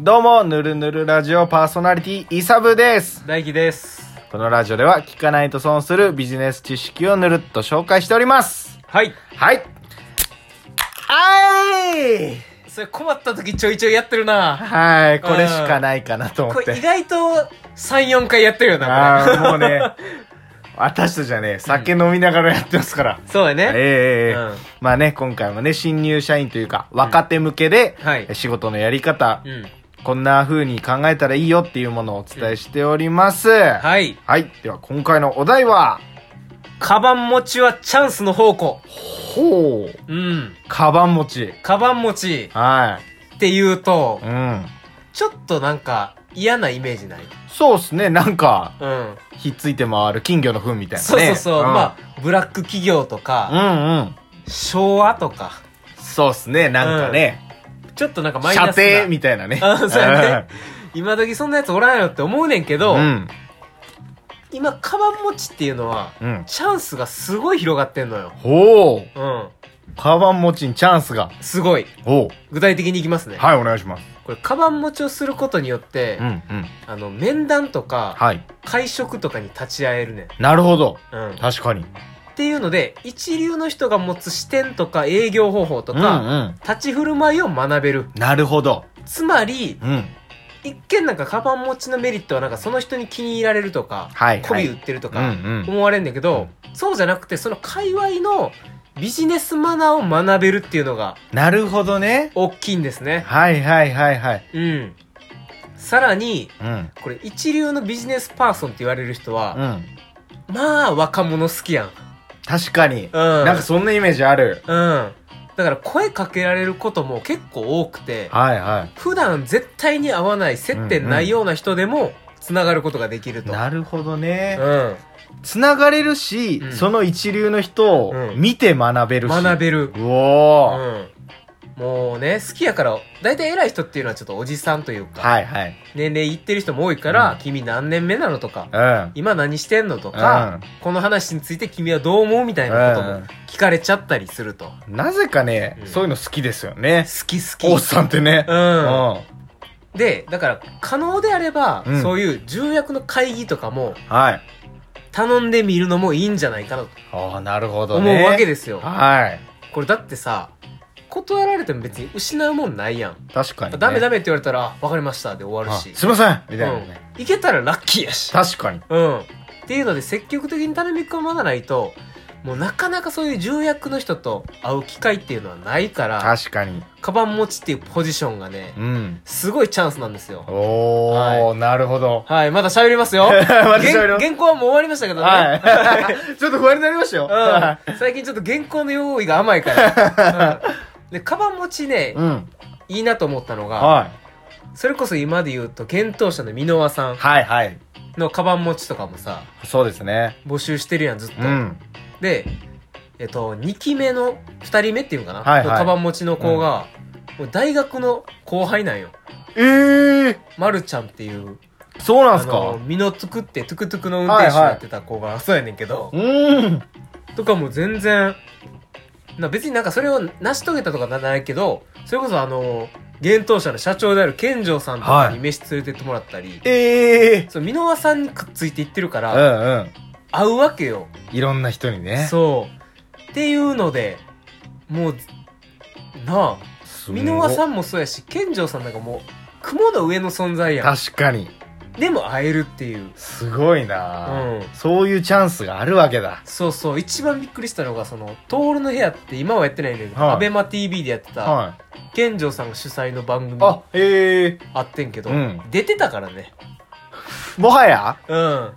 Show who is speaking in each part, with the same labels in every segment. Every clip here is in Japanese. Speaker 1: どうも、ぬるぬるラジオパーソナリティ、イサブです。
Speaker 2: 大輝です
Speaker 1: このラジオでは、聞かないと損するビジネス知識をぬるっと紹介しております。
Speaker 2: はい
Speaker 1: はい。あい
Speaker 2: それ困った時ちょいちょいやってるな
Speaker 1: はい、これしかないかなと思
Speaker 2: こ
Speaker 1: っ
Speaker 2: れ意
Speaker 1: て。
Speaker 2: 外と34回やってるよな
Speaker 1: あ
Speaker 2: こ
Speaker 1: あ、もう ね、私とじゃねえ、酒飲みながらやってますから。
Speaker 2: れそうやね
Speaker 1: ええええ
Speaker 2: うん
Speaker 1: まあね、今回もね、新入社員というか、若手向けで、
Speaker 2: はい
Speaker 1: 仕事のやり方、
Speaker 2: うん
Speaker 1: こんな風に考えたらいいよっていうものをお伝えしております。はい。
Speaker 2: はい
Speaker 1: では、今回のお題は、
Speaker 2: カバン持ちはチャンスの宝庫
Speaker 1: ほう、
Speaker 2: うん
Speaker 1: カバン持ち。
Speaker 2: カバン持ち
Speaker 1: は
Speaker 2: っていうと
Speaker 1: い。うん。
Speaker 2: ちょっとなんか嫌なイメージない
Speaker 1: そうっすね、なんか、
Speaker 2: うん
Speaker 1: ひっついて回る金魚の糞みたいなね。
Speaker 2: そうそうそう、
Speaker 1: ん
Speaker 2: まあブラック企業とか、
Speaker 1: うんうん。
Speaker 2: 昭和とか
Speaker 1: そうっすね、なんかね、
Speaker 2: ちょっとなんかマイ
Speaker 1: 射
Speaker 2: ナスな
Speaker 1: 程みたいなね。
Speaker 2: あそうやね今時そんなやつおらんよって思うねんけ
Speaker 1: う
Speaker 2: ど、
Speaker 1: ん。うん。
Speaker 2: 今カバン持ちっていうのは
Speaker 1: うん。
Speaker 2: チャンスがすごい広がってんのよ
Speaker 1: ほう、
Speaker 2: うん
Speaker 1: カバン持ちにチャンスが。
Speaker 2: すごい
Speaker 1: ほう。
Speaker 2: 具体的にいきますね、
Speaker 1: はい、お願いします。
Speaker 2: これカバン持ちをすることによって、
Speaker 1: うんうん。
Speaker 2: あの面談とか
Speaker 1: はい。
Speaker 2: 会食とかに立ち会えるねん、
Speaker 1: なるほど。
Speaker 2: うん、っ
Speaker 1: 確かに。
Speaker 2: ていうので一流の人が持つ視点とか営業方法と
Speaker 1: うんう
Speaker 2: か、
Speaker 1: ん。
Speaker 2: 立ち振る舞いを学べる
Speaker 1: なるほど。
Speaker 2: つまり
Speaker 1: うん。
Speaker 2: 一見なんかカバン持ちのメリットはなんかその人に気に入られるとか
Speaker 1: はいはい
Speaker 2: 媚び売ってると
Speaker 1: うんう
Speaker 2: か
Speaker 1: ん。
Speaker 2: 思われんだけど、そうじゃなくてその界隈のビジネスマナーを学べるっていうのが
Speaker 1: なるほどね。
Speaker 2: 大きいんですね
Speaker 1: はいはいはいはい。
Speaker 2: うんさらに
Speaker 1: うん。
Speaker 2: これ一流のビジネスパーソンって言われる人
Speaker 1: う
Speaker 2: は、
Speaker 1: ん。
Speaker 2: まあ若者好きやん。うん。
Speaker 1: 確かに。な
Speaker 2: なん
Speaker 1: かそんなイメージある。
Speaker 2: うん。だから声かけられることも結構多くて、
Speaker 1: はいは
Speaker 2: 普段絶対に会わない接点ないような人でも繋がることができ
Speaker 1: い。
Speaker 2: ると。
Speaker 1: なるほどね
Speaker 2: う。ん。
Speaker 1: つながれるし、
Speaker 2: うん
Speaker 1: その一流の人を
Speaker 2: うん
Speaker 1: 見て学べるし。
Speaker 2: 学べる。
Speaker 1: うお
Speaker 2: う
Speaker 1: ー。
Speaker 2: ん。もうね、好きやから、だいたい偉い人っていうのはちょっとおじさんというか、
Speaker 1: はいはい。
Speaker 2: 年齢いってる人も多いか
Speaker 1: う
Speaker 2: ら、
Speaker 1: ん
Speaker 2: 君何年目なのとか、
Speaker 1: うん。
Speaker 2: 今何してんのとか、この話について君はどう思うみたいなこと
Speaker 1: うん
Speaker 2: も聞かれちゃったりすると。
Speaker 1: なぜかね、
Speaker 2: うん
Speaker 1: そういうの好きですよね。
Speaker 2: 好き好き。
Speaker 1: おっさんってね。う
Speaker 2: うん。
Speaker 1: は
Speaker 2: で、だから、可能であれば、
Speaker 1: うん
Speaker 2: そういう重役の会議とかも、
Speaker 1: い。
Speaker 2: 頼んでみるのもいいんじゃないかなと
Speaker 1: ああ、なるほど
Speaker 2: 思
Speaker 1: ね。
Speaker 2: うわけですよ。
Speaker 1: はい。
Speaker 2: これだってさ、断られても別に失うもんないやん。
Speaker 1: 確かに、ね。
Speaker 2: ダメダ
Speaker 1: メ。
Speaker 2: メって言われたら、わかりましたで終わるし。
Speaker 1: すいませんみたいなね。
Speaker 2: うん。いけたらラッキーやし。
Speaker 1: 確かに。
Speaker 2: うん。っていうので、積極的に頼み込まないと、もうなかなかそういう重役の人と会う機会っていうのはないから、
Speaker 1: 確かに。
Speaker 2: カバン持ちっていうポジションがね、
Speaker 1: うん。
Speaker 2: すごいチャンスなんですよ。
Speaker 1: おー、
Speaker 2: は
Speaker 1: なるほど。
Speaker 2: はい、まだ喋りますよ。
Speaker 1: まだ喋ります
Speaker 2: 原原稿はもう終わりましたけどね。
Speaker 1: はい。ちょっと不安になりましたよ。は
Speaker 2: うん、最近ちょっと原稿の用意が甘 いから。うんで、カバン持ちね
Speaker 1: い。、うん。
Speaker 2: いいなと思ったのが、
Speaker 1: は
Speaker 2: それこそ今で言うと、検討者の箕輪さ
Speaker 1: い。
Speaker 2: ん
Speaker 1: はいはい。
Speaker 2: のカバン持ちとかもさ、
Speaker 1: そうですね。
Speaker 2: 募集してるやん、ずっと。
Speaker 1: うん。
Speaker 2: で、えっと、2期目の、2人目っていうのかな、
Speaker 1: はいはい
Speaker 2: のカバン持ちの子が、もう大学の後輩なんよ。
Speaker 1: ええ
Speaker 2: まるちゃんっていう、
Speaker 1: ー、そうなん
Speaker 2: あ
Speaker 1: すか
Speaker 2: の、身のつくって、トゥクトゥクの運転手やってた子が、そうやねんけど
Speaker 1: う、ーん。
Speaker 2: とかも全然、な別になんかそれを成し遂げたとかなないけど、それこそあの、幻冬舎の社長である健城さんとか
Speaker 1: はい
Speaker 2: に飯連れてってもらったり、
Speaker 1: ええ
Speaker 2: そう、箕輪さんにくっついていってるか
Speaker 1: ー。
Speaker 2: ら、
Speaker 1: うんうん。
Speaker 2: 会うわけよ。
Speaker 1: いろんな人にね。
Speaker 2: そう。っていうので、もう、なあ、
Speaker 1: すごい
Speaker 2: 箕輪さんもそうやし、健城さんなんかもう、雲の上の存在や
Speaker 1: 確かに。
Speaker 2: ん。でも会えるっていう。
Speaker 1: すごいうな、
Speaker 2: ん。
Speaker 1: そういうチャンスがあるわけだ。
Speaker 2: そうそう、一番びっくりしたのが、その、トールの部屋って今はやってないんだけど、
Speaker 1: はい
Speaker 2: アベマ TV でやってた、
Speaker 1: はい。
Speaker 2: 健城さんが主催の番組
Speaker 1: あ
Speaker 2: あ、
Speaker 1: ええ
Speaker 2: ってんけど、
Speaker 1: うん
Speaker 2: 出てたからね
Speaker 1: ー。もはや
Speaker 2: うん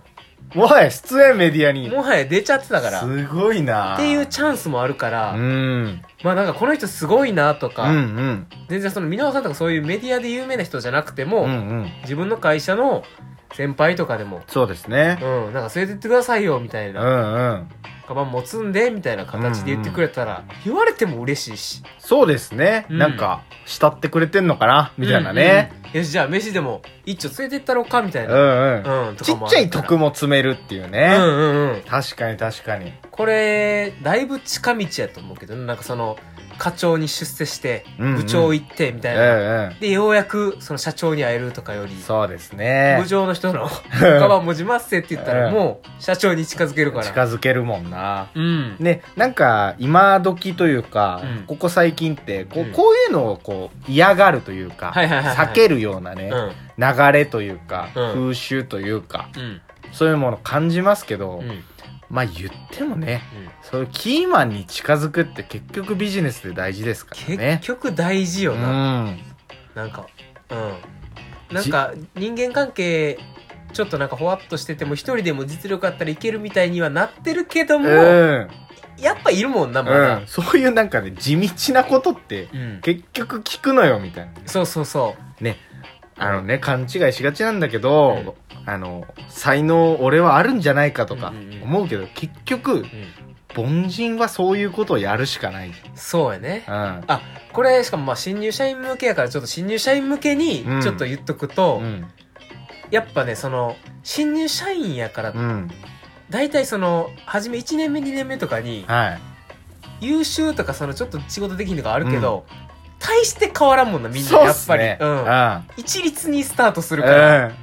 Speaker 1: もはや出演メディアに。
Speaker 2: もはや出ちゃってたからっ
Speaker 1: すごいな
Speaker 2: ていうチャンスもあるから、
Speaker 1: うん。
Speaker 2: まあなんかこの人すごいなと
Speaker 1: う
Speaker 2: か、
Speaker 1: んうん。
Speaker 2: 全然その箕輪さんとかそういうメディアで有名な人じゃなくても、
Speaker 1: うんうん。
Speaker 2: 自分の会社の先輩とかでも
Speaker 1: そうですね。
Speaker 2: うん、なんか連れてってくださいよみたいうな、
Speaker 1: んうん。
Speaker 2: カバン持つんでみたいな形で言ってくれたら、言われても嬉しいし
Speaker 1: そうですね。
Speaker 2: うん
Speaker 1: なんか、慕ってくれてんのかなみたいなね。
Speaker 2: うんうんよし、じゃあ飯でも一丁連れてったろうか、みたいうな。
Speaker 1: んうん。
Speaker 2: うん、と
Speaker 1: ち
Speaker 2: か
Speaker 1: っ
Speaker 2: もある
Speaker 1: ちゃい徳も積めるっていうね。
Speaker 2: うんうんうん。
Speaker 1: 確かに確かに。
Speaker 2: これ、だいぶ近道やと思うけどね、なんかその、課長に出世して、
Speaker 1: うんうん
Speaker 2: 部長行って、みた
Speaker 1: う
Speaker 2: いな。
Speaker 1: んうん。
Speaker 2: で、ようやく、その社長に会えるとかより、
Speaker 1: そうですね
Speaker 2: 部。長の人の、カバン持ちますせって言ったら、
Speaker 1: うん
Speaker 2: もう、社長に近づけるから。
Speaker 1: 近づけるもんな。
Speaker 2: うん。
Speaker 1: ね、なんか今時というか、
Speaker 2: うん
Speaker 1: ここ最近ってこう,、
Speaker 2: うん
Speaker 1: こういうのをこう嫌がるというか、
Speaker 2: はいはいはいはい
Speaker 1: 避けるようなね、
Speaker 2: うん。
Speaker 1: 流れというか、
Speaker 2: うん
Speaker 1: 風習というか
Speaker 2: うん。
Speaker 1: そういうもの感じますけど、
Speaker 2: うん。うん。
Speaker 1: まあ言ってもねそういうキーマンに近づくって結局ビジネスで大事ですから
Speaker 2: 結
Speaker 1: ね。
Speaker 2: 局大事よ
Speaker 1: う
Speaker 2: な。
Speaker 1: ん、
Speaker 2: なんか、うん。なんか、人間関係、ちょっとなんかほわっとしてても、一人でも実力あったらいけるみたいにはなってるけども、
Speaker 1: うん
Speaker 2: やっぱいるもんな、ま
Speaker 1: う
Speaker 2: だ
Speaker 1: ん、。そういうなんかね地道なことって
Speaker 2: うん。
Speaker 1: 結局聞くのよみたいな
Speaker 2: そうそうそう。
Speaker 1: ねあのね勘違いしがちなんだけど、あの才能俺はあるんじゃないかとか
Speaker 2: うんうんうん
Speaker 1: 思うけど、結局
Speaker 2: うん
Speaker 1: 凡人はそういうことをやるしかない、うん、
Speaker 2: そうやね。
Speaker 1: あ
Speaker 2: あ、これ、しかもまあ、新入社員向けやから、ちょっと新入社員向けに
Speaker 1: うん、
Speaker 2: ちょっと言っとくと、
Speaker 1: うん
Speaker 2: やっぱね、その、新入社員やから
Speaker 1: う、ん
Speaker 2: 大体その、初め1年目、2年目とかに、
Speaker 1: はい
Speaker 2: 優秀とか、その、ちょっと仕事できんとかあるけど、大して変わらんもんな、みんな、やっぱり。
Speaker 1: う
Speaker 2: うん。一律にスタートするから、
Speaker 1: ん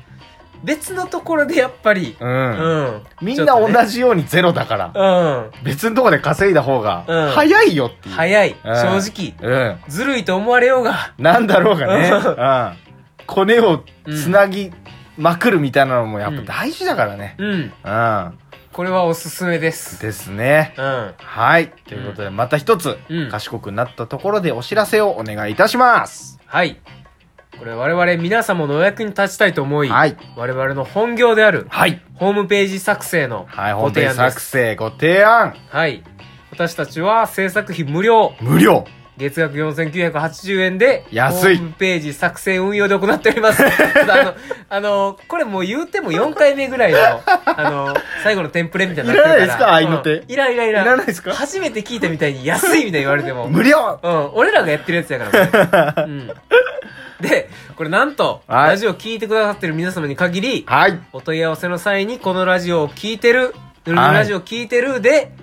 Speaker 2: 別のところでやっぱり、
Speaker 1: うん、
Speaker 2: う
Speaker 1: うん
Speaker 2: ん。
Speaker 1: み
Speaker 2: ちょ
Speaker 1: ん
Speaker 2: っとね
Speaker 1: な同じようにゼロだから、
Speaker 2: うん。
Speaker 1: 別のとこで稼いだ方が
Speaker 2: うん
Speaker 1: 早いよっていう、
Speaker 2: 早い。
Speaker 1: うん
Speaker 2: 正直。
Speaker 1: うん
Speaker 2: ずるいと思われようが。
Speaker 1: なんだろうがね、
Speaker 2: う
Speaker 1: うん、コネをつなぎまくるみたいなのもやっぱ大事だからね、
Speaker 2: うん。
Speaker 1: うん、
Speaker 2: これはおすすめです。
Speaker 1: ですね
Speaker 2: うん。
Speaker 1: はい。ということで、また一つ、
Speaker 2: うん
Speaker 1: 賢くなったところでお知らせをお願いいたします。
Speaker 2: はい。これ我々皆様のお役に立ちたいと思い、
Speaker 1: はい。
Speaker 2: 我々の本業である
Speaker 1: はい。
Speaker 2: ホームページ作成の
Speaker 1: はい。
Speaker 2: ご
Speaker 1: 本
Speaker 2: 提
Speaker 1: 編
Speaker 2: 案で
Speaker 1: 作
Speaker 2: す。
Speaker 1: 成ご提案。
Speaker 2: はい。私たちは制作費無料、
Speaker 1: 無料。
Speaker 2: 月額4980円で、
Speaker 1: 安い
Speaker 2: ホームページ作成運用で行ってお ります。ただあの、あの、これもう言うても4回目 ぐらいの、あの、最後のテンプレみたいになってるから。
Speaker 1: いらないですか合いの手
Speaker 2: うんいらんいらんい
Speaker 1: い
Speaker 2: らん
Speaker 1: らないですか
Speaker 2: 初めて聞いたみたいに安いみたいに言われても。
Speaker 1: 無料
Speaker 2: うん、俺らがやってるやつやから、 これうん。で、これなんと、
Speaker 1: はい
Speaker 2: ラジオ聞いてくださってる皆様に限り、
Speaker 1: はい。
Speaker 2: お問い合わせの際に、このラジオを聞いてる、ぬるぬる
Speaker 1: はい
Speaker 2: ラジオを聞いてるで、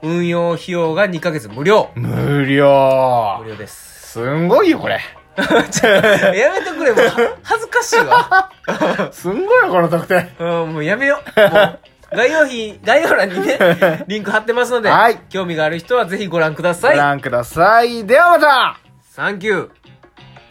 Speaker 2: 運用費用が2ヶ月無料。
Speaker 1: 無
Speaker 2: 無
Speaker 1: 料。
Speaker 2: 料 です。
Speaker 1: すんごいよ、こ れ。
Speaker 2: やめてくれ、もう、は恥ずかしいわ。
Speaker 1: すんごいよ、この特典。
Speaker 2: うん、もうやめよう。もう概要費、概要欄に ね、リンク貼ってますので、
Speaker 1: はい
Speaker 2: 興味がある人はぜひご覧くだ
Speaker 1: ご
Speaker 2: さい。
Speaker 1: 覧ください。ではまた
Speaker 2: サンキュー。